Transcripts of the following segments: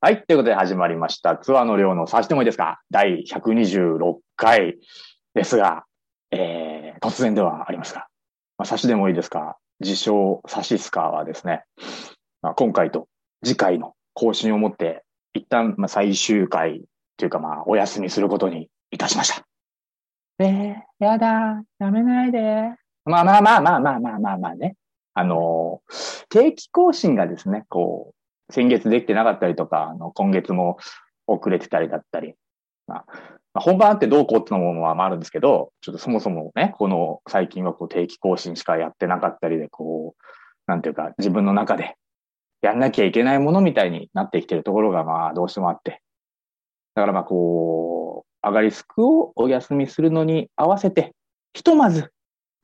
はい。ということで始まりました。ツアーの量の差してもいいですか第126回ですが、えー、突然ではありますが、まあ、差しでもいいですか自称差しスカはですね、まあ、今回と次回の更新をもって、一旦まあ最終回というかまあお休みすることにいたしました。えー、やだ、やめないで。まあまあまあまあまあまあまあまあね。あのー定期更新がですね、こう、先月できてなかったりとか、あの今月も遅れてたりだったり、まあまあ本番あってどうこうってのもまああるんですけど、ちょっとそもそもね、この最近はこう定期更新しかやってなかったりで、こう、なんていうか自分の中でやんなきゃいけないものみたいになってきてるところがまあどうしてもあって。だからまあこう、アガリスクをお休みするのに合わせて、ひとまず、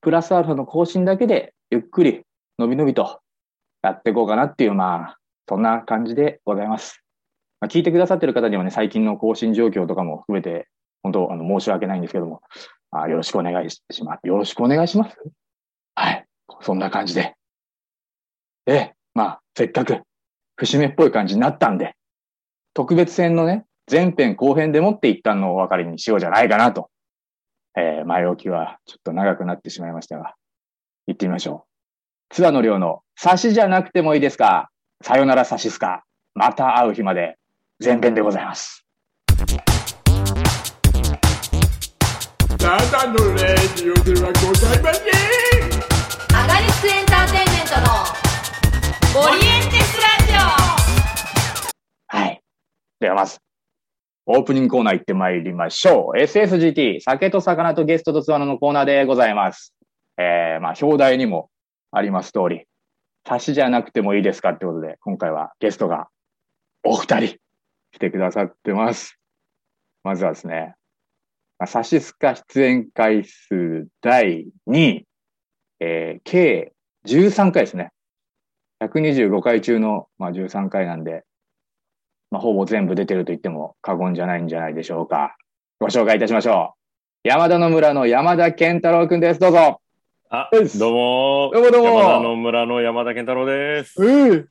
プラスアルファの更新だけで、ゆっくり、のびのびとやっていこうかなっていう、まあ、そんな感じでございます。まあ、聞いてくださってる方にはね、最近の更新状況とかも含めて、本当、あの、申し訳ないんですけども、あよろしくお願いします。よろしくお願いします。はい。そんな感じで。で、まあ、せっかく、節目っぽい感じになったんで、特別編のね、前編後編でもって一旦のお別れにしようじゃないかなと。えー前置きはちょっと長くなってしまいましたが、行ってみましょう。ツアーの量の差しじゃなくてもいいですかさよならサシスカ、また会う日まで、前編でございます。ただのレディオではございませんアガリスクエンターテインメントのオリエンテスラジオはい。ではまず、オープニングコーナー行ってまいりましょう。SSGT、酒と魚とゲストとツアーのコーナーでございます。えー、まあ、表題にもあります通り、差しじゃなくてもいいですかってことで、今回はゲストがお二人来てくださってます。まずはですね、まあ、差しすか出演回数第2位、えー、計13回ですね。125回中の、まあ、13回なんで、まあ、ほぼ全部出てると言っても過言じゃないんじゃないでしょうか。ご紹介いたしましょう。山田の村の山田健太郎くんです。どうぞ。あ、うっすどうもどうもどうも山田の村の山田健太郎です。ようん。久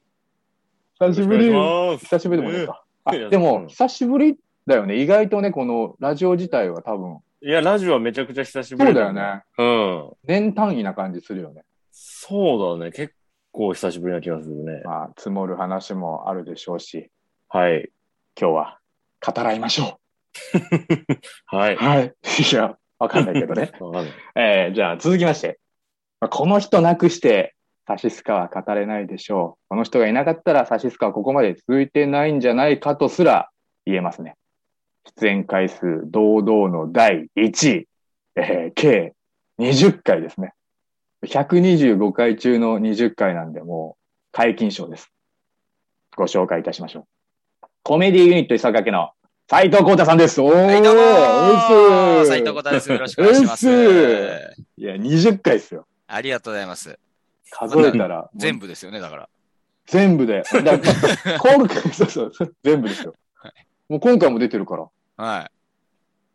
ろしくおぶ願いりし。ます久しぶりでもないか。あ、いやでうも、ん久しぶりだよね。意外とね、このラジオ自体は多分、いや、ラジオはめちゃくちゃ久しぶそうりだよ。ね。うん。年単位な感じするよね。そうだね。結構久しぶりな気がするね。まあ、積もる話もあるでしょうし、はい。今日は語らいましょはい。う。はい。 いや、わかんないけどね。わかんないえーじゃあ続きまして、まあこの人なくして、サシスカは語れないでしょう。この人がいなかったら、サシスカはここまで続いてないんじゃないかとすら言えますね。出演回数堂々の第1位、えー計20回ですね。125回中の20回なんで、もう解禁賞です。ご紹介いたしましょう。コメディユニット伊坂家の斉藤幸太さんです。おー、はい、どうもうっーす斉藤ことです。よろしくお願いしまうすっ。いや、20回ですよ。ありがとうございます。数えたら、全部。部ですよね、だから。全 部で。だ今回、そうそうそう、全部ですよ。もう今回も出てるから、は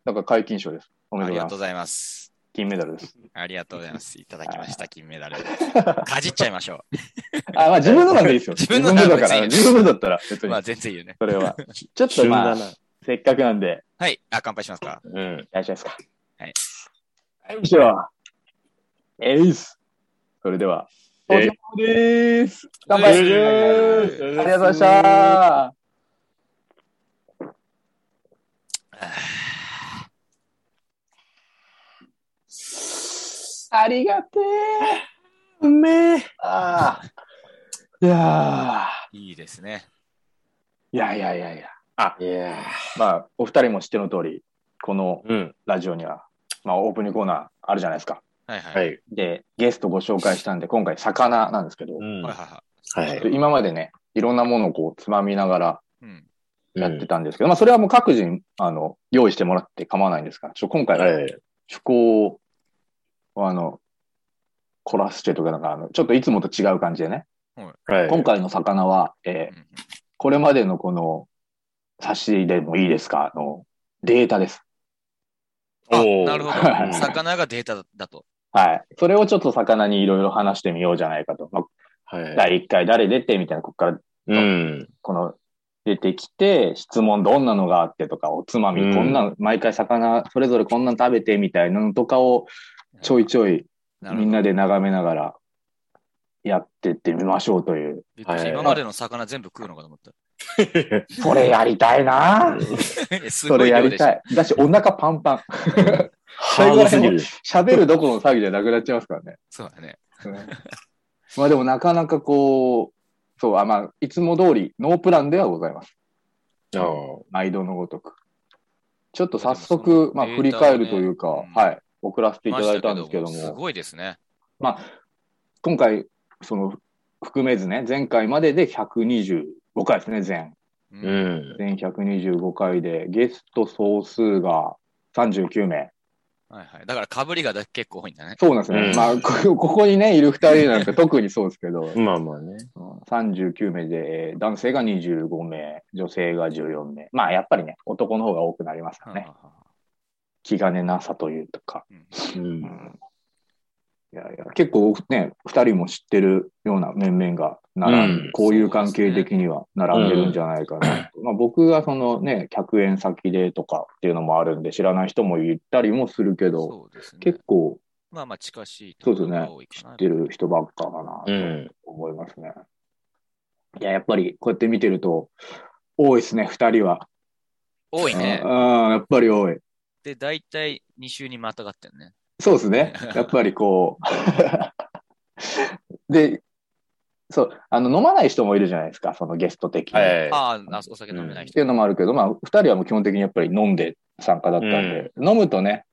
なんか解禁賞です。おい。めあでりとうごがざいとうごます。ざいます。金メダルです。ありがとうございます。いただきました、金メダル。かじっちゃいまし ょあ、まあ自分のなんでいいですよ。 自分のな自ら分だから、別に自分のだったら、別う。にまあ、。全然いいよね。それは。ちょっと旬まあだ、な。せっかくなんで、はい。あ、乾杯しますか。うん。いらっしゃいますか。はい。よいしょ。えいっす。それでは、えい登場でーす。乾乾杯杯。ありがとうございました。ありがてえ。うめえ。ああ。いやいいですね。ーいやいやいやいや。いやまあ、お二人も知っての通り、このうん。ラジオには、まあ、オープニングコーナーあるじゃないですか。はいはい。ははいい。で、ゲストご紹介したんで、今回、魚なんですけど、うん。はいは。はい今までね、いろんなものをこう、つまみながらい。うん。やってたんですけど、まあ、それはもう各人、あの、用意してもらって構わないんですが、ちょ今回ははい。趣向を、あの、凝らしてというか、なんか、あの、ちょっといつもと違う感じでね、はい。今回の魚は、えーうんこれまでのこの、差し入れもいいですかのデータです。あおー、なるほはいど。魚がデータだと。はい。それをちょっと魚にいろいろ話してみようじゃないかと。まあはい。第1回誰出てみたいな、ここからうん。この出てきて、質問どんなのがあってとか、おつまうんみこんな、毎回魚、それぞれこんなの食べてみたいなのとかを、ちょいちょいなるほみどんなで眺めながらやってってみましょうという。びっくりしたはい今までの魚全部食うのかと思った。それやりたいなえ すそごれいや量りでしたい。だし、お腹パンパン。ハードすぎる。喋るどころの騒ぎじゃなくなっちゃいますからね。そうだね。まあでもなかなかこう、そう、あまあ、いつも通り、ノープランではございます。ああ毎度のごとく。ちょっと早でも速、そのまあ、振り返るというか、データをねはい、送らせていただいたんですけどましたすも、ごいですね。今回、その、含めずね、前回までで125回ですね、全。うう。んん。全125回で、ゲスト総数が39名。はいはい。だからかぶりがだ結構多いんだね。そうなんですよね。うんまあこ、 ここにね、いる2人なんか特にそうですけど、まあまあね。うん39名で、えー男性が25名、女性が14名。まあ、やっぱりね、男の方が多くなりますからね。はあはあ気兼ねなさというか。うんう。うんんいやいや結構ね、2人も知ってるような面々が並んうんこういう関係的には並んでるんじゃないかなと、まあ、僕がそのね、100円先でとかっていうのもあるんで、知らない人もいたりもするけど、そうですね。結構まあまあ近しいとそうでこすろねが多い。知かな。ってる人ばっかかなうとん。思いますね。いや、やっぱりこうやって見てると、多いですね、2人は。多いねう。ん、やっぱり多い。で、大体2週にまたがってんね。そうです ね。やっぱりこう。 で、そう、あの、飲まない人もいるじゃないですか、そのゲスト的に。っはい。ああ、あお酒飲めない人。ていうのもあるけど、まあ、二人はもう基本的にやっぱり飲んで参加だったんで、飲むとね、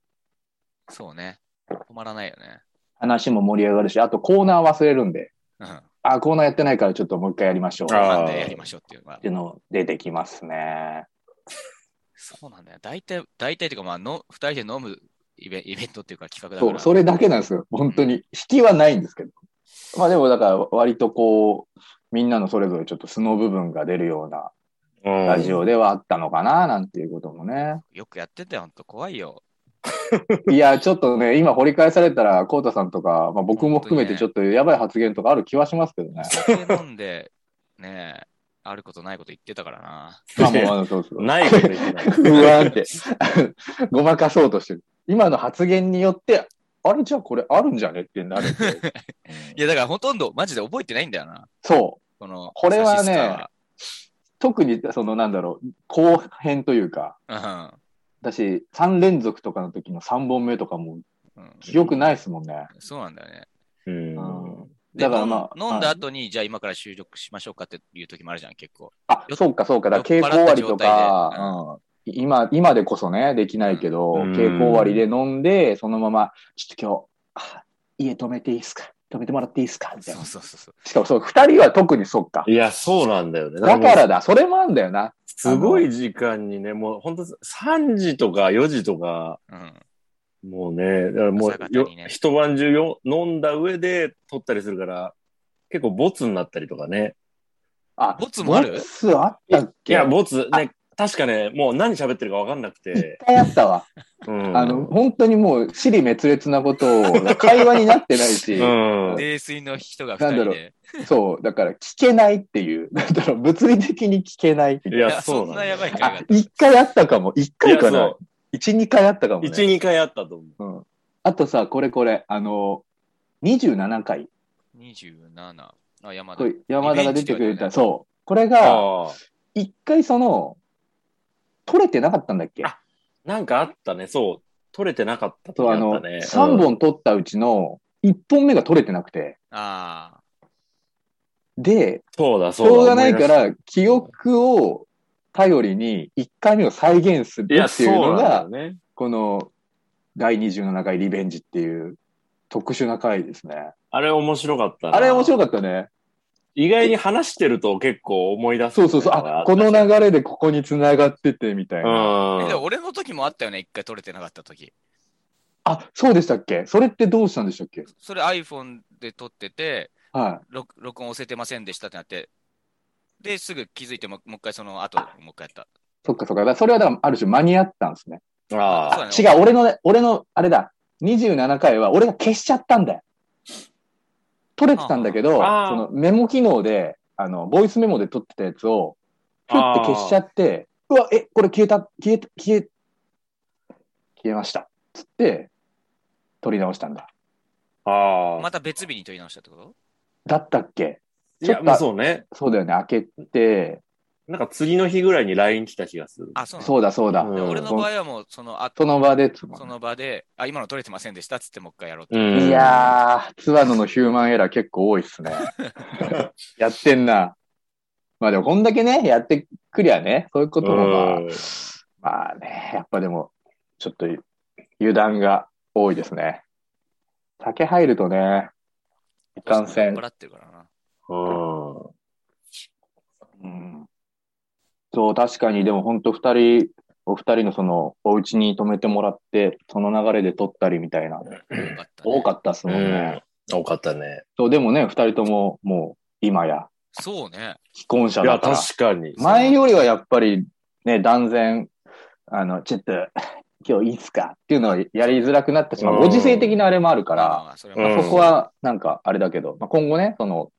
そうね。止まらないよね。話も盛り上がるし、あとコーナー忘れるんで、うん。あ、コーナーやってないからちょっともう一回やりましょう。あーなんっでやりましょうっていうのはていうの出てきますね。そうなんだよ。大体、大体っていうか、まあの、二人で飲むイベイベントっていうか企画だかそら。う、それだけなんですよ。本当に。引きはないんですけど。まあでも、だから割とこう、みんなのそれぞれちょっと素の部分が出るようなラ ジオではあったのかな、なんていうこともね。よくやってたよ、ほんと。怖 いよ。いや、ちょっとね、今掘り返されたら、コウタさんとか、まあ、僕も含めて本ち当ょっとやばい発言とかある気はしますけどね。酒飲んで、ねえ、あることないこと言ってたからな。 まあもうあの、そうそう。ないこと言ってない。不安って、ごまかそうとしてる。今の発言によって、あれじゃあこれあるんじゃねってなるんですよ。いや、だからほとんどマジで覚えてないんだよな。そう。この、これはね差特に、その、なんだろう、後編というか、し支はだし、3連続とかの時の3本目とかも、うん。うん。記憶ないですもんね。そうなんだよね。 うん。うんでだからまあ飲ん飲んはだい後に、じゃあ今から収録しましょうかっていう時もあるじゃん、結構。あ、そうかそうか。だから稽古終わりとか、うん今、今でこそね、できないけど、うん稽古終わりで飲んで、そのまま、ちょっと今日、あ家止めていいですか止めてもらっていいですかみたそいうな。そうそうそう。しかもそう、二人は特にそっか。いや、そうなんだよね。だから、だ、それもあんだよな。すごい時間にね、もう本当3時とか4時とか、うん。もうね、だからも朝う方よ、にね一晩中よ飲んだ上で撮ったりするから、結構ボツになったりとかね。あ、ボツもあるボツあったっいけや、ボツ、ね、確かね、もう何喋ってるかわかんなくて一。回あったわ。うん。 あの、本当にもう、尻滅裂なことを、会話になってないし、 うん。泥酔の人が二なんだ人ろで。そう、だから聞けないっていう、 なんだろう、物理的に聞けない。いいや、や、そそうんなんなだやよ。ばい会あが、。一回あったかも。一い回や、かそなう。一、二回あったかもね。 1、2回あったと思う。うん。あとさ、これこれ、あの、27回、 27。あ、山こ。田れ山田が出てくれリベンジだよた、ねそう。これが、ああ。一回その、取れてなかったんだっけあなんかあったね、そう。取れてなかったそう、時ああの、ったね。 3うん。本取ったうちの、1本目が取れてなくて、あで、そうだ、しそうだ。ょうがないか思いら、記憶を頼りに、1回目を再現する出しってた、いいうや、のそうがなん、だよね。この、第27回リベンジっていう、特殊な回ですね。あれ面白かったな。あれ面白かったね。意外に話してると結構思い出す。そうそうそう。あ、この流れでここに繋がってて、みたいな。あ。えでもう俺の時もあったよね、一回撮れてなかった時。あ、そうでしたっけそれってどうしたんでしたっけそれ iPhone で撮ってて、は録録音押せてませんでしたってなって、で、すぐ気づいても、もう一回その後、もう一回やった。い。そっかそっか。だからそれはだから、ある種間に合ったんですね。ん。ああ。違そうだねう、俺のね、俺の、あれだ。27回は俺が消しちゃったんだよ。取れてたんだけど、そああのメモ機能で、あの、ボイスメモで取ってたやつを、ピュって消しちゃって、うわ、え、これ消えた、消えた、消え、消えました。つって、撮り直したんだ。ああ。また別日に取り直したってことだったっけいちょっや、とまあそうね。そうだよね。開けて、なんか次の日ぐらいに LINE 来た気がする。あ、そうなそうだそうだ。うんの俺の場合はもうその後、その場で、その場で、あ、今の取れてませんでしたっつってもう一回やろうって。うんいやー、ツアーノのヒューマンエラー結構多いっ すね。やってんな。まあでもこんだけね、やってくりゃね、そういうこともまあうん、まあね、やっぱでも、ちょっと油断が多いですね。酒入るとね、いかんせん酔っ、払ってるからな。うん。うん。そう、確かに、でも本当二人、お二人のその、お家に泊めてもらって、その流れで撮ったりみたいな、多かったね、多かったっすもんね。多かったね。そう、でもね、二人とも、もう、今や、そうね。既婚者いや、だから。確かに。前よりはやっぱり、ね、断然、あの、ちょっと、 今日いいっすかっていうのはやりづらくなったし、まあ、うんご時世的なあれもあるかまあら、まあ、それまうあんそこは、なんか、あれだけど、まあ、今後ね、その、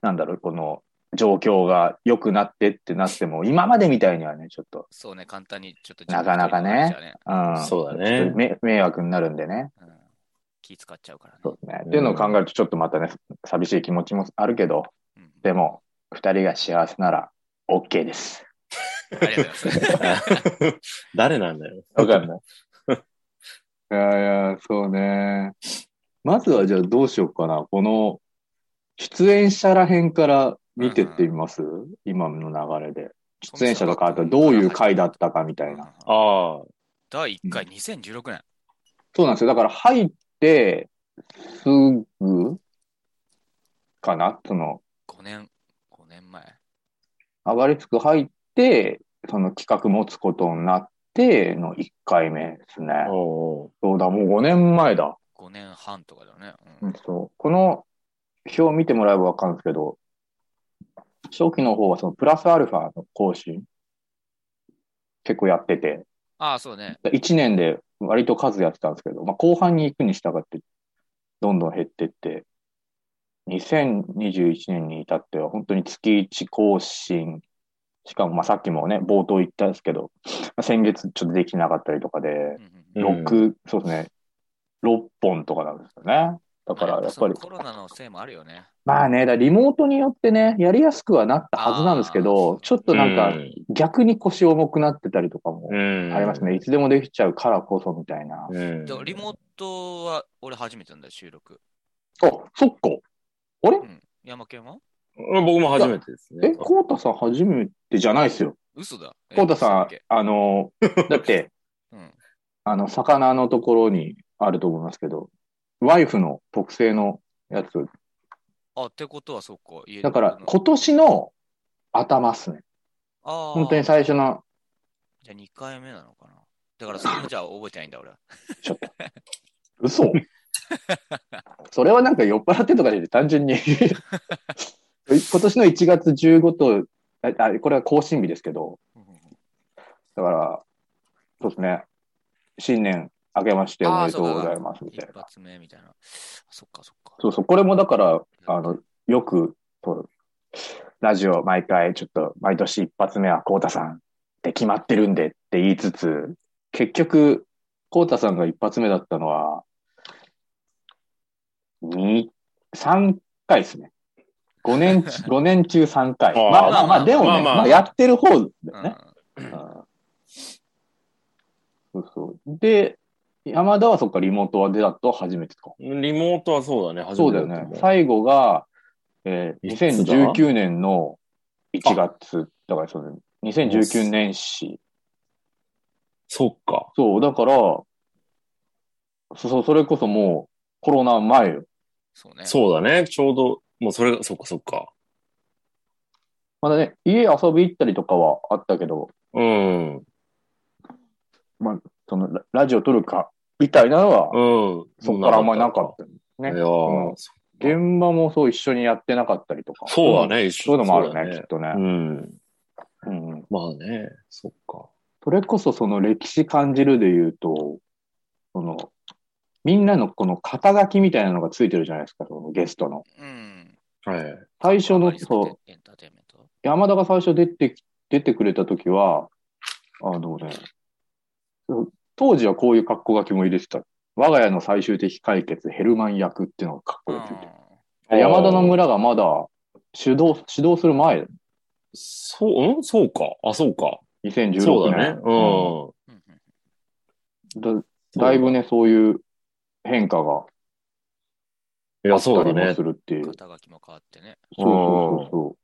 なんだろう、この、状況が良くなってってなっても、今までみたいにはね、ちょっと、そうね、簡単にちょっとなかなかねうん、そうだちょっ ねと。め迷惑になるんでね。うん気使っちゃうからね。そうですね。うんっていうのを考えると、ちょっとまたね、寂しい気持ちもあるけど、うんでも、二人が幸せなら、OK です。ありがとうございます。 誰なんだよ。わか んない。いやいや、そうね。まずはじゃあどうしようかな。この、出演者ら辺から見てってみます、今の流れで。出演者とか、あとどういう回だったかみたいな。うんああ。第1回、2016年。そうなんですよ。だから入って、すぐかなその、 5年、5年前。あばれつく入って、その企画持つことになっての1回目ですね。おうそうだ、もう5年前だ。 5年半とかだよね。ううんんそうこの表を見てもらえばわかるんですけど、初期の方はそのプラスアルファの更新、結構やってて、ああ、そうね。 1年で割と数やってたんですけど、まあ、後半に行くに従って、どんどん減ってって、2021年に至っては本当に月1更新、しかもまあさっきもね、冒頭言ったんですけど、まあ先月ちょっとできてなかったりとかで、うんうんうん六、そうですね、6本とかなんですよね。だからやっぱり、コロナのせいもあるよね。まあね、だからリモートによってね、やりやすくはなったはずなんですけあどー、ちょっとなんか逆に腰重くなってたりとかもうん。ありますね。いつでもできちゃうからこそみたいな。うん。でリモートは俺初めてなんだよ、収録。あ、そっか。あれうん。山県はうん僕も初めてですえ、ね。コウタさん初めてじゃないですよ。嘘だ。えコウタさ嘘だっんけ、あの、だって、うん。あの、魚のところにあると思いますけど、ワイフの特製のやつ。あ、ってことはそっか。家でだからあ、の今年の頭っすね。あー本当に最初の、じゃあ2回目なのかな。だからそれもじゃあ覚えてないんだ俺は。ちょっと。 嘘それはなんか酔っ払ってとかで単純に 今年の1月15と、ああこれは更新日ですけど、だから、そうですね。新年明けましておめでとうございますみ一たいな。発目みたいな。そっかそっか。そうそう、これもだから、あの、よく、そうラジオ毎回ちょっと毎年一発目はコウタさんって決まってるんでって言いつつ、結局、コウタさんが一発目だったのは、に3回ですね。5年、5年 中3回。あーまあまあまあ、でもね、まあまあまあやってる方だよね。うあーそうそう。で、山田はそっか、リモートは出たと初めてか。リモートはそうだね、初そめうてだよったねもん。最後が、えーいつだ2019年の1月、だからそうだよね2019年始。そっか。そう、だから、そう、それこそもうコロナ前よ。そうね。そうだね、ちょうど、もうそれが、そっかそっか。まだね、家遊び行ったりとかはあったけど、うん。うん。そのララジオ撮るか、みたいなのは、そっからあんまりなかった。たねいやーうん現場もそう一緒にやってなかったりとか。そうだね、一そういうのもあるだね、きっとねう。ん。うん。まあね、そっか。それこそその歴史感じるで言うと、その、みんなのこの肩書きみたいなのがついてるじゃないですか、そのゲストの。うん。はい。最初マの、リスそう、エンターテインメント。山田が最初出てき、出てくれた時は、あのね、当時はこういう格好書きも入れてた。我が家の最終的解決、ヘルマン役っていうのが格好うがんついてる。山田の村がまだ主導、主導する前、そう、うんそうか。あ、そうか。 2016年。そうだね。うん。うんうんだだいぶね、そういう変化があいや、ったそうだりもねす。るっていう。肩書きも変わってね。そうそうそ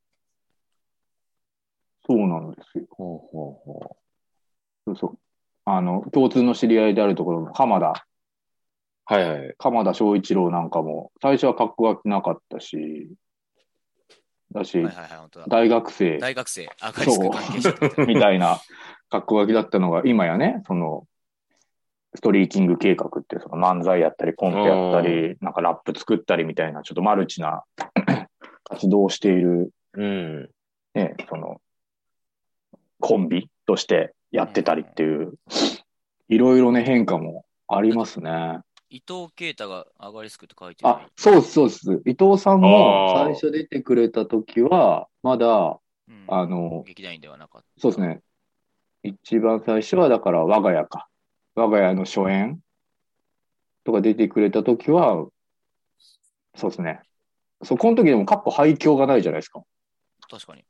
うそう。そうなんですよ。ほうほうほそうそう。あの、共通の知り合いであるところの鎌田、うはいはい。鎌田翔一郎なんかも、最初は格好がなかったし、だし、はいはいはい、本当だ。大学生大学生、アカリスク関係者だったよねみたいな格好書きだったのが、今やね、その、ストリーキング計画って、その漫才やったり、コントやったり、なんかラップ作ったりみたいな、ちょっとマルチな 活動をしている、うん。ね、その、コンビとしてやってたりっていう、いろいろね、変化もありますね。伊藤啓太がアガリスクって書いてる。あ、そうです、そうです。伊藤さんも最初出てくれた時は、まだ、うん、あの、劇団員ではなかった。そうですね。一番最初は、だから、我が家か。我が家の初演とか出てくれたときは、そうですね。そう、この時でも、カッコ廃墟がないじゃないですか。確かに。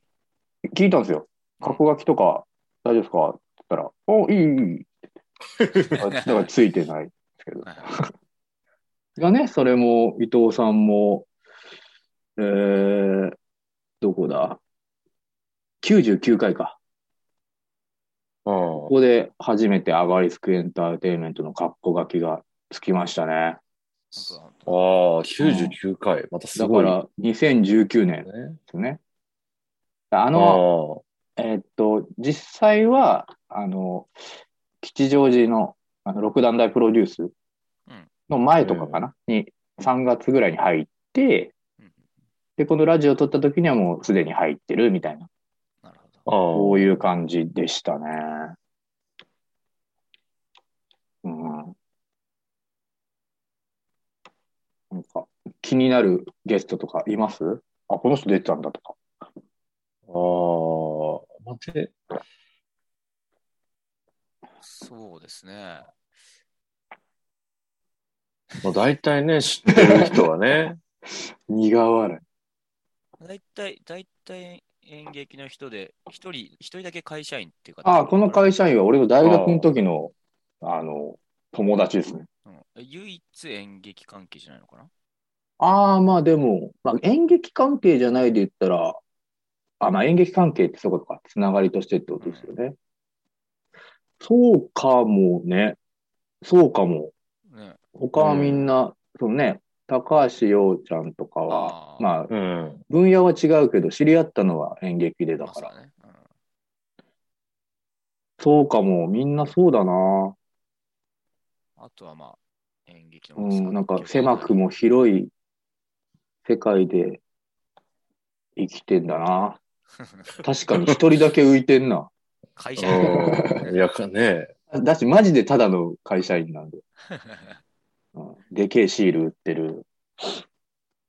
聞いたんですよ。カッコ書きとか、大丈夫ですかって言ったら、お、いい、い いいい。あだから、ついてないですけど。はいはいがね、それも、伊藤さんも、えー、どこだ ?99 回か。こあこで初めてアガリスクエンターテインメントのカッコ書きがつきましたね。本当だ本当あだー、99回。またすだごかい。ら2019年でね。すね。ああの、の、えーっと、実際は、あの、吉祥寺のあの六段大プロデュースの前とかかな、に3月ぐらいに入ってうん、で、このラジオ撮った時にはもうすでに入ってるみたいな、なるほど。ああこういう感じでしたね。うん。なんか、気になるゲストとかいますあ、この人出てたんだとか。ああ、待って。そうですね。まあ、大体ね、知ってる人 はね。苦笑い。大体、大体演劇の人で、一人、一人だけ会社員っていう方あ、この会社員は俺の大学の時の、あの、友達ですね。うん唯一演劇関係じゃないのかなああ、まあでも、まあ演劇関係じゃないで言ったら、あ、まあ演劇関係ってそういうことか。つながりとしてってことですよね。そうかもね。そうかも。ね、他はみんな、そのね、高橋洋ちゃんとかは、あーまあ、うん。分野は違うけど、知り合ったのは演劇でだまあかそうら。だね。うんそうかも、みんなそうだな。あとはまあ、演劇のうものですねん、なんか狭くも広い世界で生きてんだな。確かに一人だけ浮いてんな。会社員。 うんいや、かね。だし、マジでただの会社員なんで。うん、でけえシール売ってる。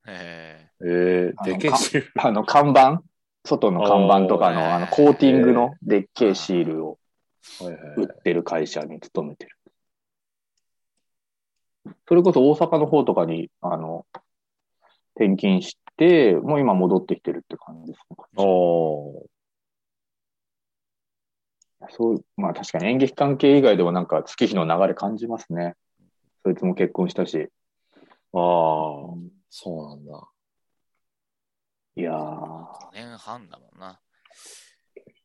ええーあ、のでけえし。あの、看板外の看板とかおの、ーあの、コーティングのでっけえシールを。はいはい売ってる会社に勤めてる。それこそ大阪の方とかに、あの、転勤して、もう今戻ってきてるって感じですあーね。そう、まあ確かに演劇関係以外でもなんか月日の流れ感じますね。そいつも結婚したし。あー、そうなんだ。いやーー、年半だもんな。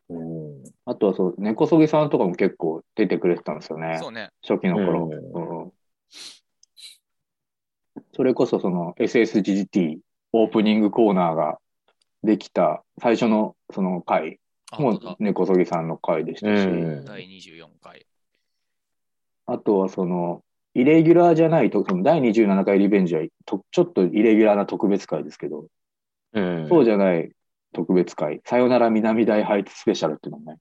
うん。あとはそう、根こそぎさんとかも結構出てくれてたんですよね。そうね。初期の頃。うんそれこそその SSGT オープニングコーナーができた最初のその回あ、も本当だ。猫そぎさんの回でしうたし、ん。第24回。あとはそのイレギュラーじゃないと、その第27回リベンジはとちょっとイレギュラーな特別回ですけど、うんそうじゃない特別回、さよなら南大ハイツスペシャルっていうのもね、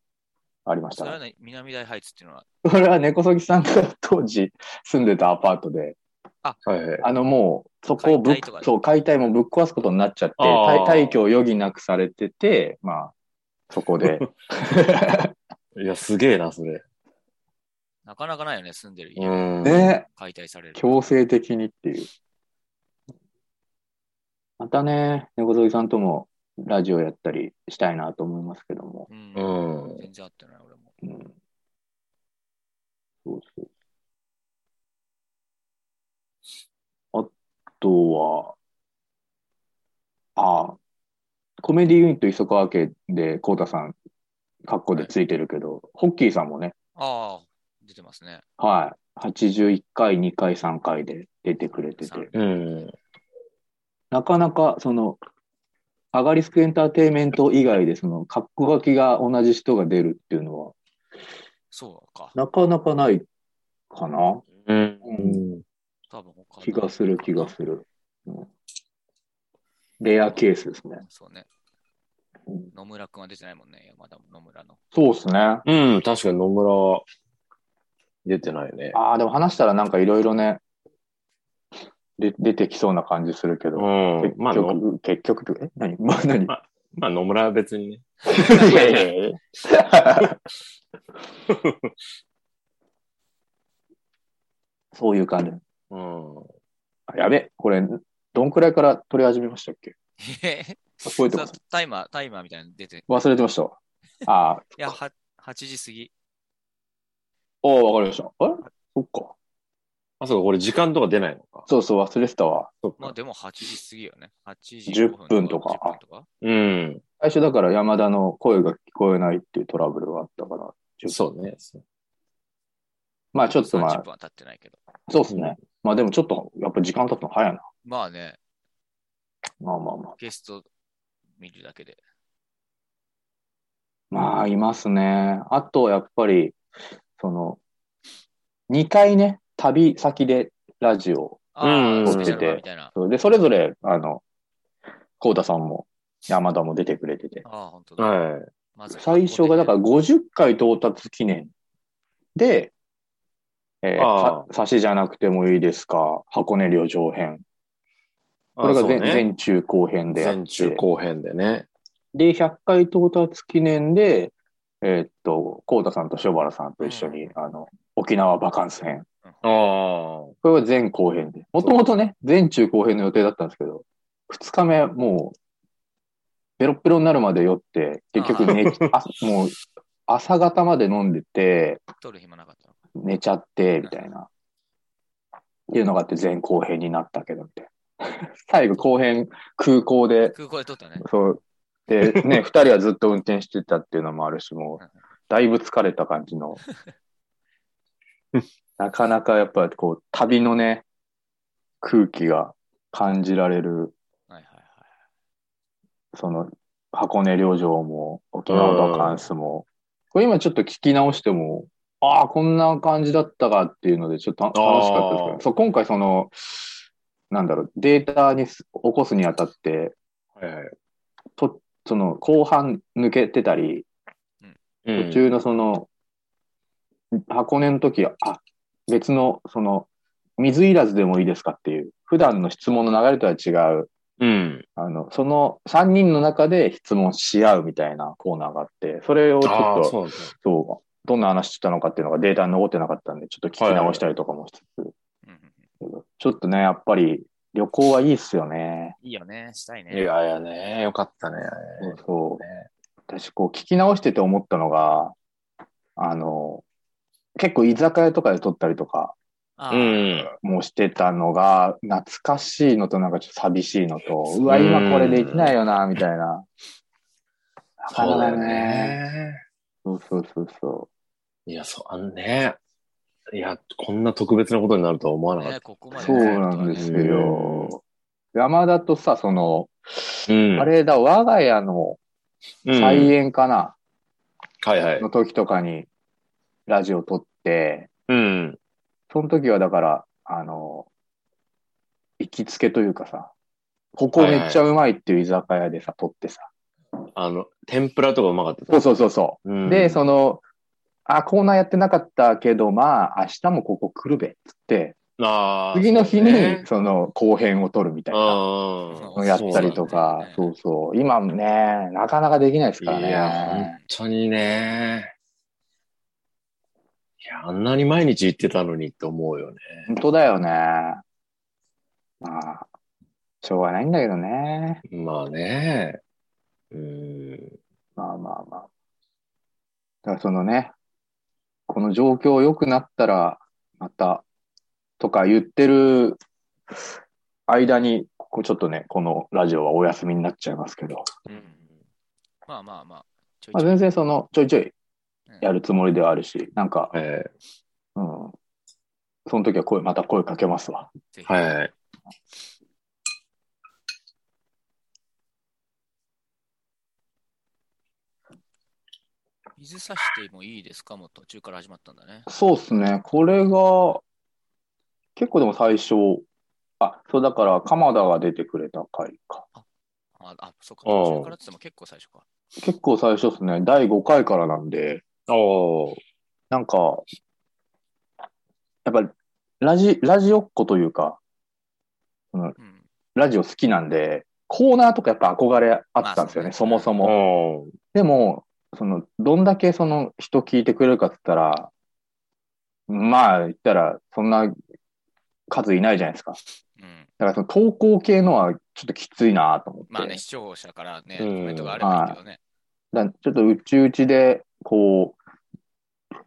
ありましそたれはね。ね、南大ハイツっていうのは、これは猫そぎさんが当時住んでたアパートで、はいはい。あのもう、そこをぶっ解体とかそう、解体もぶっ壊すことになっちゃって、あー退退去を余儀なくされてて、まあ、そこで。いや、すげえな、それ。なかなかないよね、住んでる家うがん。ね解体される。強制的にっていう。またね、猫添さんともラジオやったりしたいなと思いますけども。うんう。ん。全然合ってない、俺も。うん。そうそう。あとは、ああ、コメディユニット磯川家で、こうたさん、格好でついてるけど、ホッキーさんもね、ああ、出てますね。はい、81回、2回、3回で出てくれてて、うん。なかなか、その、アガリスクエンターテインメント以外で、その、格好書きが同じ人が出るっていうのは、そうか。なかなかないかな。うん。多分他の気がする気がする。うんレアケースですね。そうねうん。野村くんは出てないもんね。まだ野村の。そうですね。あうん、確かに野村は出てないね。あー、でも話したらなんかいろいろね、で出てきそうな感じするけど。うん結。まあ、の局、結局と、え何 まあ何いままあ、野村は別にね。やいやいやいやそういう感じ。うん。あやべ、これ、どんくらいから撮り始めましたっけえへ覚えてます そうタイマー、タイマーみたいなの出て。い忘れてました。ああ、や、は8時過ぎ。おおわかりました。あれそっか。あ、そうか、これ時間とか出ないのか。そうそう、忘れてたわ。そっまあか。でも8時過ぎよね。8時10 5分とか10分とかうん。最初だから山田の声が聞こえないっていうトラブルがあったから。そうね。そうまあちょっとま30あ、分は経ってないけど。そうですね。まあでもちょっと、やっぱ時間経つの早いな。まあね、まあまあまあ。ゲスト見るだけで。まあ、いますね。あと、やっぱり、その、2回ね、旅先でラジオ。あうんあ、うんスペシャル版みたいな。で、それぞれ、あの、コウタさんも山田も出てくれてて。ああ、本当だ。はまず最初が、だから50回到達記念で、えーあか差しじゃなくてもいいですか、箱根旅上編。い。これが前,、あそうね前中後編であって前中後編でね。で、100回到達記念で、えーっと、コウタさんと塩原さんと一緒に、あの、沖縄バカンス編。ああ。これは前後編で。もともとね、前中後編の予定だったんですけど、2日目、もう、ペロッペロになるまで酔って、結局寝、あもう、朝方まで飲んでて、撮る暇なかったのか。寝ちゃって、みたいな。っていうのがあって、前後編にな ったけど、みたいな。最後後編、空港で、空港で撮ったね。そう。で、 ね、二人はずっと運転してたっていうのもあるし、もう、だいぶ疲れた感じの。 なかなかやっぱこう、旅のね、空気が感じられる、はいはいはい。その、箱根旅情も、沖縄バカンスも、これ今ちょっと聞き直しても、ああ、こんな感じだったかっていうので、ちょっと楽しかったですけあど、ーそう、今回その、なんだろう、データにす起こすにあたって、はいはい。と、その後半抜けてたり、うん途中のその、箱根の時、あ、別の、その、水いらずでもいいですかっていう、普段の質問の流れとは違う、うん。あの、その3人の中で質問し合うみたいなコーナーがあって、それをちょあっあ、と、そうなんだ。そう、どんな話してたのかっていうのがデータに残ってなかったんで、ちょっと聞き直したりとかもしつつ、うんうんうんちょっとね、やっぱり旅行はいいっすよね。いいよね、したいね。いやいやね、よかったね。そうそう。私、こう、聞き直してて思ったのが、あの、結構居酒屋とかで撮ったりとかああうん。もしてたのが、懐かしいのとなんかちょっと寂しいのと、うわ、今これできないよな、みたいな。なかなかね。。そうそうそうそいや、そう、あのね。いや、こんな特別なことになるとは思わなかっね、ここまう。でそね、うなん本で当はねすよ。山田とさ、その、た。うん。あれだ、我が家のうん菜園かな、はいはいの。時とかに、ラジオ撮って、うん。その時はだから、あの、行きつけというかさ、ここめっちゃうまいっていう居酒屋でさ、撮ってさ。あの、天ぷらとかうまかった。そうそうそうそうう。ん。で、その、あ、コーナーやってなかったけど、まあ、明日もここ来るべ、つって、あー次の日そうにね、その後編を撮るみたいなあの あ。やったりとか、そそうう,、なんそう今もね、なかなかできないですいからや、本ね。当にね。いや、あんなに毎日行ってたのにって思うよね。本当だよね。まあ、しょうがないんだけどね。まあね。うん。まあまあまあ。だからそのね、この状況良くなったら、また、とか言ってる間に、ここちょっとね、このラジオはお休みになっちゃいますけど、うんまあまあまあ。ちょいまあ、ちょい全然その、ちょいちょいうんやるつもりではあるし、なんか、えうん、その時は声、また声かけますわ。えぜひはい。水差してもいいですかもう途中から始まったんだね。そうっすね。これが、結構でも最初、あ、そうだから、鎌田が出てくれた回か。あ、あそうか。あー途中からって言っても結構最初か。結構最初っすね。第5回からなんで、おーなんか、やっぱ、ラジ、ラジオっ子というか、うん。ラジオ好きなんで、コーナーとかやっぱ憧れあったんですよね、まあそそうもねそも。おーでも、その、どんだけその人聞いてくれるかって言ったら、まあ言ったら、そんな数いないじゃないですか。うん。だからその投稿系のはちょっときついなと思って。まあね、視聴者からね、コうんメントがあればいいけどね。だからちょっとうちうちで、こう、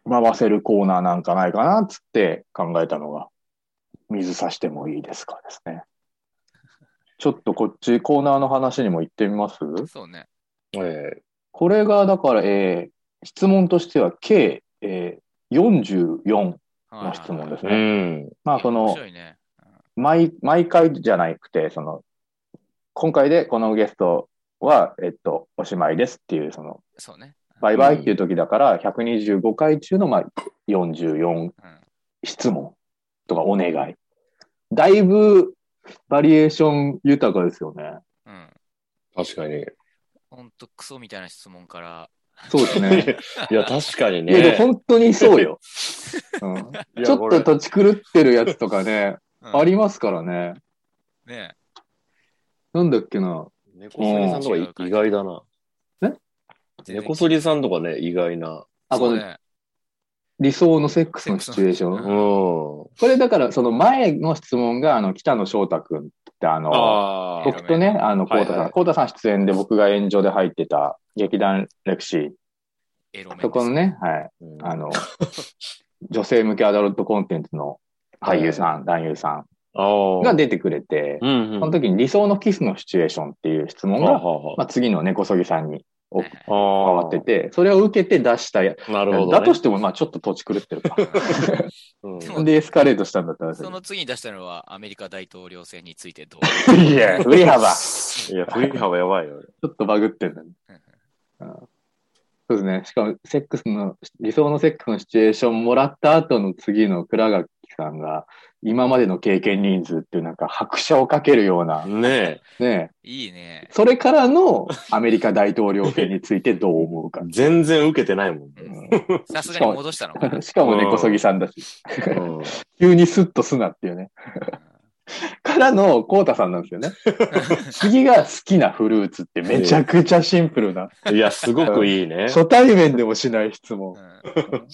回せるコーナーなんかないかなっつって考えたのが、水差してもいいですかですね。ちょっとこっちコーナーの話にも行ってみますそうね。えこれがだから、えー質問としては計、えー44はの質問ですえね。うん。まあそ面の、白いね。毎、毎回じゃなくて、その、今回でこのゲストは、えっと、おしまいですっていう、その、そうね。バイバイっていう時だから、125回中のまあ44うん。質問とかお願い。だいぶバリエーション豊かですよね。うん。確かに。ほんとクソみたいな質問から。そうですね。いや、確かに いや、でもね。本当にそう よ。うん、いやちょっと立ち狂ってるやつとかね、うんありますからね。ねえなんだっけな。猫そりさんとかい意外だな。全然猫そりさんとかね、意外な。あ、こそうのね。理想のセックスのシチュエーショうン。うん。これだから、その前の質問が、あの、北野翔太くんって、あの、ああ。僕とね、あの、コはいウはいタさん、コウタさん出演で僕が炎上で入ってた劇団レクシー、エロメンですそこのね、はい、うんあの、 女性向けアダルトコンテンツの俳優さん、男優さんがあ出てくれて、あ。うん、うん。その時に理想のキスのシチュエーションっていう質問はあが、はあはあまあ、次の根こそぎさんにはいはい回あってて、それを受けて出したや、あ。なるほど、ね。だとしても、まあ、ちょっと土地狂ってる か。うんでもで、エスカレートしたんだったら、その次に出したのはアメリカ大統領選についてどういや、振り幅。いや、振り幅やばいよ。ちょっとバグってんだねうん。うんそうですね。しかも、セックスの、理想のセックスのシチュエーションもらった後の次の倉垣さんが、今までの経験人数っていうなんか拍車をかけるような、ねねいいね。それからのアメリカ大統領選についてどう思うかえ。。全然受けてないもんね。さすがに戻したのかな。しかもね、うん小杉さんだし、うん、急にスッとすなっていうね。からの、こうたさんなんですよ ね。次が好きなフルーツってめちゃくちゃシンプルな。いや、すごくいい ね。初対面でもしない質問う。 ん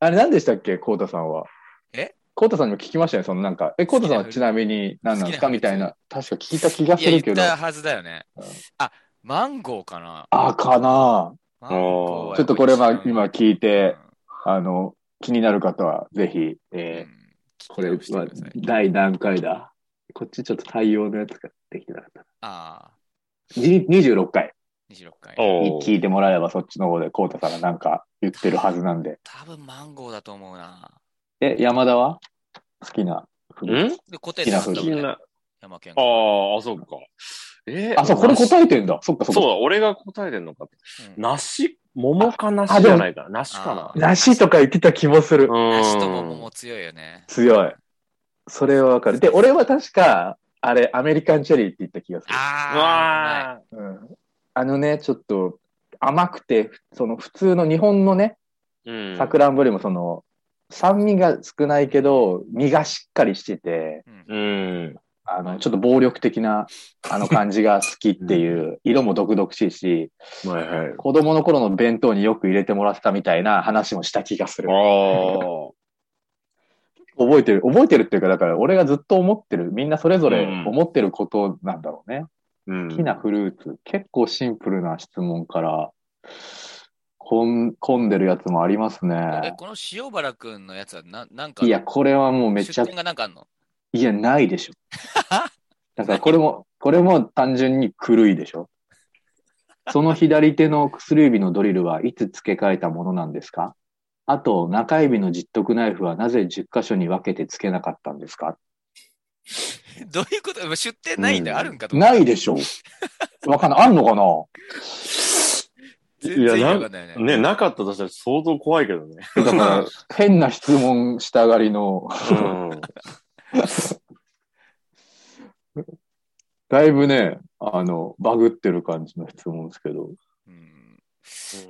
あれ何でしたっけ、コウタさんは。えコウタさんにも聞きましたね、そのなんか。え、コウタさんはちなみに何なんですか好みきなたフルーツいな。確か聞いた気がいすや、る言けっど。たはずだよねうん。あ、マンゴーかな。あ、かなマンゴーはちょっとこれはうん今聞いて、あの、気になる方はぜひ、うんうえーんこれは聞き直してください第何回だこっちちょっと対応のやつができてなかったな。ああ、じ26回26回。お聞いてもらえればそっちの方でコウタさんがなんか言ってるはずなんで。多分マンゴーだと思うな。え、山田は好きなフルーツんで、答えてなかったも気んにね。な山県あ。あ、あ、そっか。えーあ、そう、これ梨答えてんだ。そっかそっか。そうだ、俺が答えてんのか。うん梨桃かああ梨でじもゃないか。梨かあな。梨とか言ってた気もする。うん梨と桃も強いよね。強い。それはわかる。で、俺は確か、あれ、アメリカンチェリーって言った気がする。ああ、あうんあ,、のね、ちょっと甘くて、その普通の日本のね、ーうん。さくらんぼよりもその、酸味が少ないけど、身がしっかりしてて、うん。あの、ちょっと暴力的な、あの感じが好きっていう、色も毒々しいし、はいはい。子供の頃の弁当によく入れてもらってたみたいな話もした気がする。ああ。覚えてる、覚えてるっていうか、だから俺がずっと思ってる、みんなそれぞれうん思ってることなんだ ろうね。うん。好きなフルーツ、結構シンプルな質問から、こん、混んでるやつもありますえね。この塩原くんのやつはな、なんか、いや、これはもうめちゃ出店がなんかあんの いや、ないでしょ。だからこれも、これも単純に狂いでしょ。その左手の薬指のドリルはいつ付け替えたものなんですかあと、中指の十徳ナイフはなぜ10箇所に分けて付けなかったんですかどういうこと もう出店ないんだよ、うあるんかと思ったないでしょ。わかんない。あんのかな 全然意味いやなわんかんないよね。ね、なかったとしたら相当怖いけどね。だから、変な質問したがりの、うん。だいぶね、あの、バグってる感じの質問ですけど。うん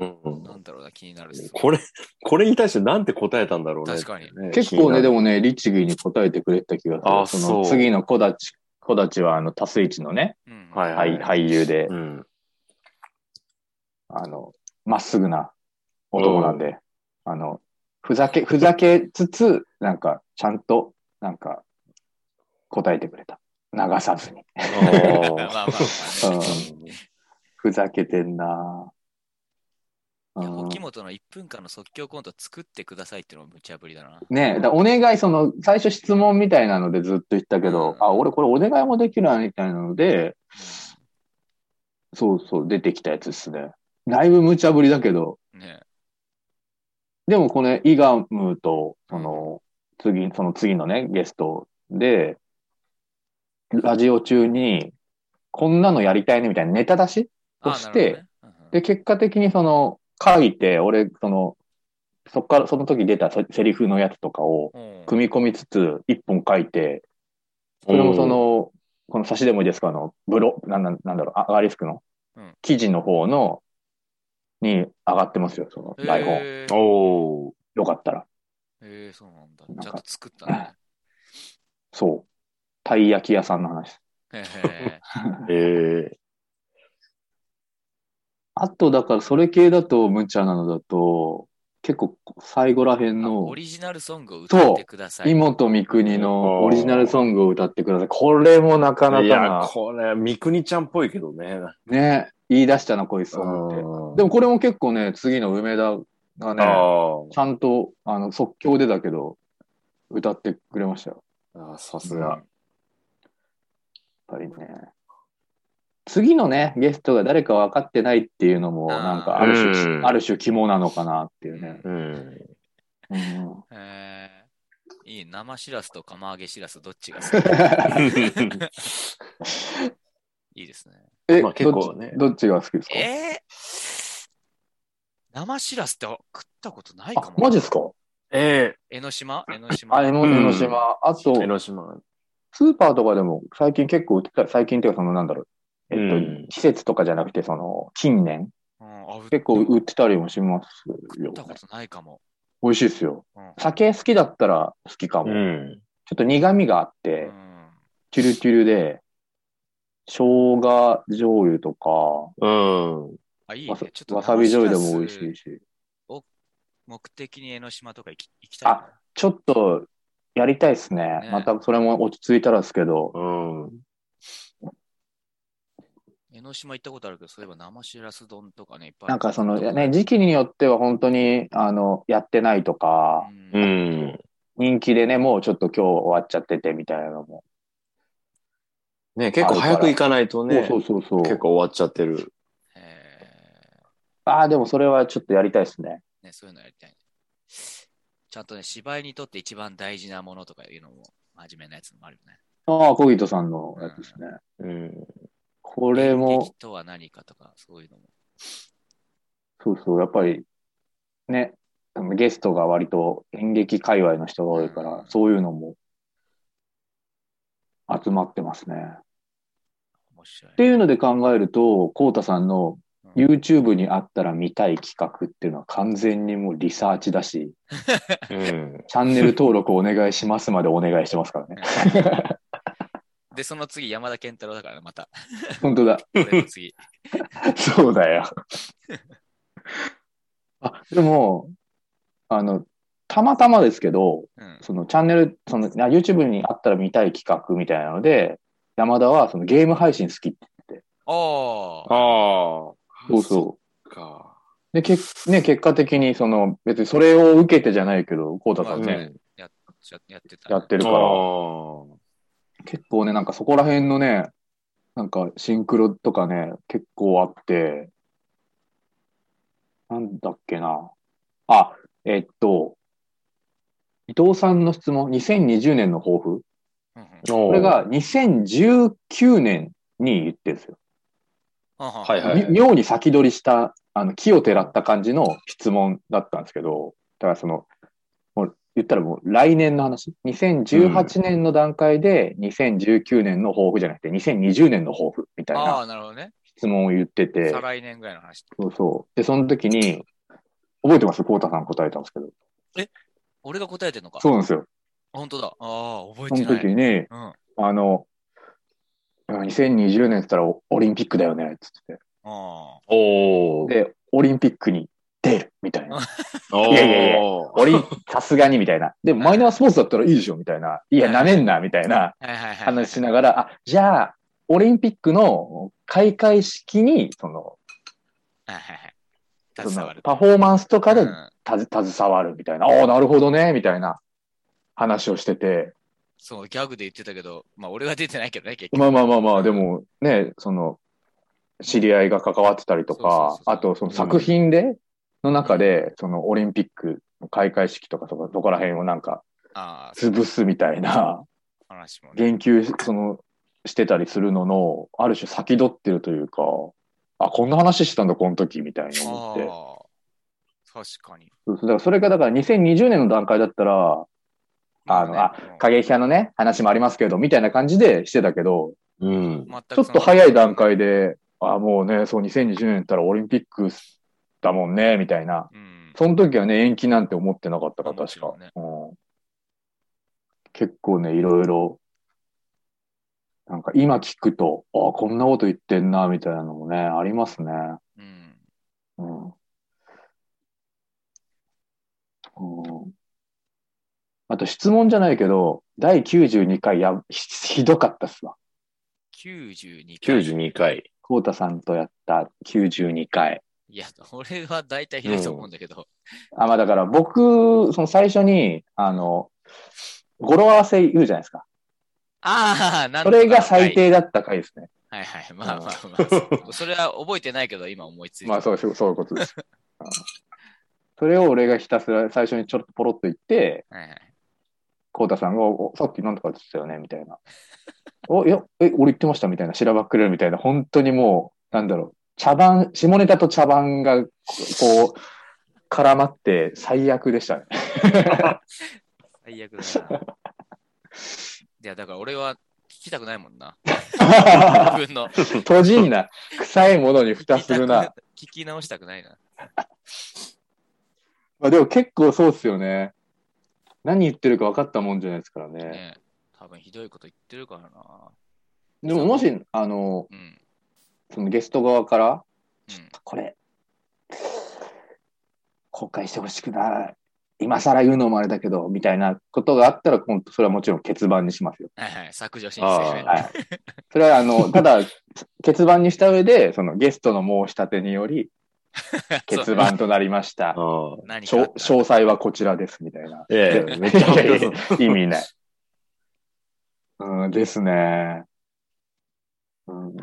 うんなんだろうな、気になる。これ、これに対してなんて答えたんだろうね。確かに。結構ね、でも。もね、律儀に答えてくれた気がする。あそそのう次の小立ち、小立ちはあの、多数一のね、うんはい俳俳優で、うん。あの、まっすぐな男なんで、あの、ふざけ、ふざけつつ、なんか、ちゃんと、なんか、答えてくれた。流さずに。あ まあーまあまあうねんふざけてんなぁいやうん沖本の1分間の即興コント作ってくださいっていうのも無茶ぶりだな。ねえ、だお願い、その、最初質問みたいなのでずっと言ったけど、うんあ、俺これお願いもできるな、みたいなので、そうそう、出てきたやつですね。だいぶ無茶ぶりだけど、ねでもこれ、イガムと、その、次、その次のね、ゲストで、ラジオ中に、こんなのやりたいね、みたいなネタ出しそして、あなるほどねうんうんで、結果的にその、書いて、俺、その、そっから、その時出たセセリフのやつとかを、うん組み込みつつ、一本書いて、それもその、この差しでもいいですか、あの、ブロ、なんなんなんだろう、アガリスクのうん、記事の方の、に上がってますよ、その台本。へーおーよかったら。へーそうなんだなん。かちゃんと作ったね。そう。たい焼き屋さんの話。へ ーええ。あと、だから、それ系だと、無茶なのだと、結構、最後らへんあのオ、リジナルソングを歌ってください。妹三国のオリジナルソングを歌ってください。これもなかなかいや、な、これ、三国ちゃんっぽいけどね。ね、言い出したな、こいつと思って。でも、これも結構ね、次の梅田がね、もちゃんと、あの、即興でだけど、歌ってくれましたよ。ああ、さすやっが。ぱりね。次のね、ゲストが誰か分かってないっていうのも、あーなんか、ある種、うんある種肝なのかなっていうね。うん。うんへーいい、生しらすと釜揚げしらすどっちが好き いいですね。え、まあ結構ねどっちどっちが好きですかえー生しらすって食ったことないかあも、。マジですかえ江ノ島江ノ島あれも、うん江ノ島。あとえ、、江ノ島。スーパーとかでも最近結構売ってた、最近っていうか、その、なんだろう。えうっんと、季節とかじゃなくて、その、近年、うんあ結構売ってたりもします食よっ。たことないかも。美味しいですよ。うん酒好きだったら好きかも。うん。ちょっと苦味があっうて、んチュルチュルで、生姜醤油とか、うん。あ、いいね。わちさょっとわさび醤油でも美味しいし。し。目的に江ノ島とか行き行きたいな。ちょっとやりたいですね。ねまたそれも落ち着いたらですけど、うん。江ノ島行ったことあるけど、そういえば生しらす丼とかね、いっぱいあなんるかその、ね、時期によっては本当に、あの、やってないとか、ううんん。人気でね、もうちょっと今日終わっちゃっててみたいなのも。ね、結構早く行かないとね、そうそうそうそ結う。構終わっちゃってる。えああ、でもそれはちょっとやりたいですね。ーね、そういうのやりたいね。ちゃんとね、芝居にとって一番大事なものとかいうのも、真面目なやつもあるよね。ああ、小木戸さんのやつですね。うん。ここれも劇、とは何かとか、そういうのも。そうそう、やっぱり、ね、あのゲストが割と演劇界隈の人が多いから、うんそういうのも集まってますね。っ面白い。ていうので考えると、こうたさんのうん YouTube にあったら見たい企画っていうのは完全にもうリサーチだし、うん。チャンネル登録お願いしますまでお願いしてますから ね。で、その次、山田健太郎だからね、 また。本当だ。俺の次。そうだ よ。あ、でも、あの、たまたまですけど、うん。そのチャンネル、その、あ YouTube にあったら見たい企画みたいなので、山田はそのゲーム配信好き。おー。 あそうそう。あ。か。で、けね、結果的に、その、別にそれを受けてじゃないけど、こうだったうんね、ね。ややってた。やってるあから、ー結構ね、なんかそこら辺のね、なんかシンクロとかね、結構あって、なんだっけな。あ、えっと、伊藤さんの質問、2020年の抱負。うんうんここれ、が2019年に言ってるんですよ。ははいはいみ妙に先取りした、あの、木をてらった感じの質問だったんですけど、だからその、もう言ったらもう来年の話、2018年の段階で2019年の抱負じゃなくて2020年の抱負みたいああなー、なるほどね。質問を言ってて再、来年ぐらいの話。そうそう。で、その時に、覚えてますコウタさん答えたんですけど。俺が答えてんのか。そうなんですよ。本当だ。ああ、覚そえてのない。時に、うん。あの、2020年って言ったらオリンピックだよね、つってあおー。て。で、オリンピックに出る、みたいな。おーいやいやいやオリン、さすがにみたいな。でもマイナースポーツだったらいいでしょみたいな。いや、なめんなみたいなあ。はいはいはい。話しながら、あ、じゃあ、オリンピックの開会式に、その、はいはいはい。そ携わのる。パフォーマンスとかうでんたず携わるみたいな。ああ、なるほどね、みたいな話をしてて。そう、ギャグで言ってたけど、まあ俺は出てないけどね、結局。まあまあまあまあ、でもね、その、知り合いが関わってたりとそうそかうそう、そうあとその作品で、の中で、そのオリンピックの開会式とかそこそこら辺をなんかああ、そう潰すみたいな話もね。言及しそのしてたりするのの、ある種先取ってるというか、あ、こんな話してたんだ、この時、みたいにあ思って。あ。確かに。そうそうだからそれが、だから2020年の段階だったら、あの、あ、過激派のね、話もありますけど、みたいな感じでしてたけど、うん。ちょっと早い段。階で、あ、もうね、そう、2020年だったらオリンピックだもんね、みたいな。うん。その時はね、延期なんて思ってなかったから、あも確ちろかん。ねうん結構ね、いろいろ、なんか今聞くと、ああ、こんなこと言ってんな、みたいなのもね、ありますね。うん。うん。うん、あと質問じゃないけど、第92回や、ひひどかったっすわ。 92回。 92回。コウタさんとやった92回。いや、俺は大体ひどいと思うんだけど。あ、まあだから僕、その最初に、あの、語呂合わせ言うじゃないですか。ああ、なんそとかのれ回が最。低だった回ですね。はいはい。まあまあまあそう。それは覚えてないけど、今思いついた。まあそうそう そういうことです。うんそれを俺がひたすら最初にちょっとポロっと言って、はいはい。コウタさんが、おさっきなんとか言ってたよね、みたいな。お、いや、え、俺言ってましたみたいな、しらばっくれるみたいな、本当にもう、なんだろう、茶番、下ネタと茶番が、こう、絡まって最悪で したね。最悪だ な。いや、だから俺は聞きたくないもん な。自分の。閉じんな。臭いものに蓋する な。聞き直したくないな。まあでも結構そうっすよね。何言ってるか分かったもんじゃないですからね。ね多分ひどいこと言ってるからな。でももし、あの、うん。そのゲスト側から、うん。これ、公開してほしくない。今更言うのもあれだけど、みたいなことがあったら、ほんとそれはもちろん欠番にしますよ。はいはい。削除申 請ね。あはい。それは、あ の、ただ、欠番にした上で、そのゲストの申し立てによ り、欠番となりましたあ。あ。何しょかあっ詳細はこちらです、みたいな。ええ、めっちゃ反響する。意味ない。うん、ですね。うん。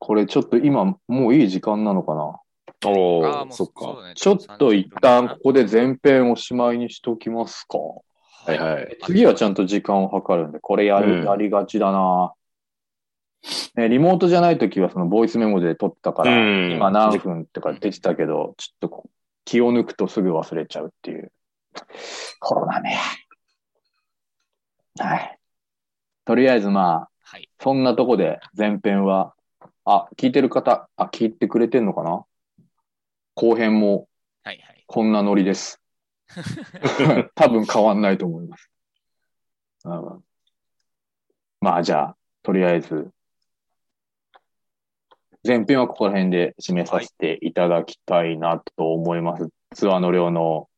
これちょっと今、もういい時間なのかなたおらあーー、もうそっそうか。だねちょっと一旦ここで前編おしまいにしときますか。はいはい。次はちゃんんと時間を計るんで、これやる、うんやりがちだな、ね、リモートじゃないときはそのボイスメモで撮ったから、うん今何分とか出てたけど、ちょっとこう気を抜くとすぐ忘れちゃうっていう。コロナね。はい。とりあえずまあ、はい。そんなとこで前編はあ、聞いてる方、あ、聞いてくれてんのかな後編もはいはい。こんなノリです。多分変わんないと思います。うんまあじゃあ、とりあえず、前編はここら辺で締めさせていただきたいなと思います。ツアーの量の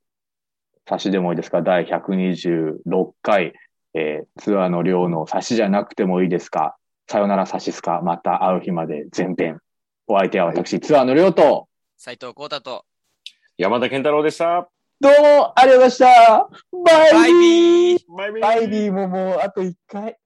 差しでもいいですか第126回、えーツアーの量の差しじゃなくてもいいですかさよなら差しすかまた会う日まで前編。お相手は私、ツアーの量と、斉藤幸太と、山田健太郎でした。どうもありがとうございましたバイビーバイビーバイビーももうあと1回。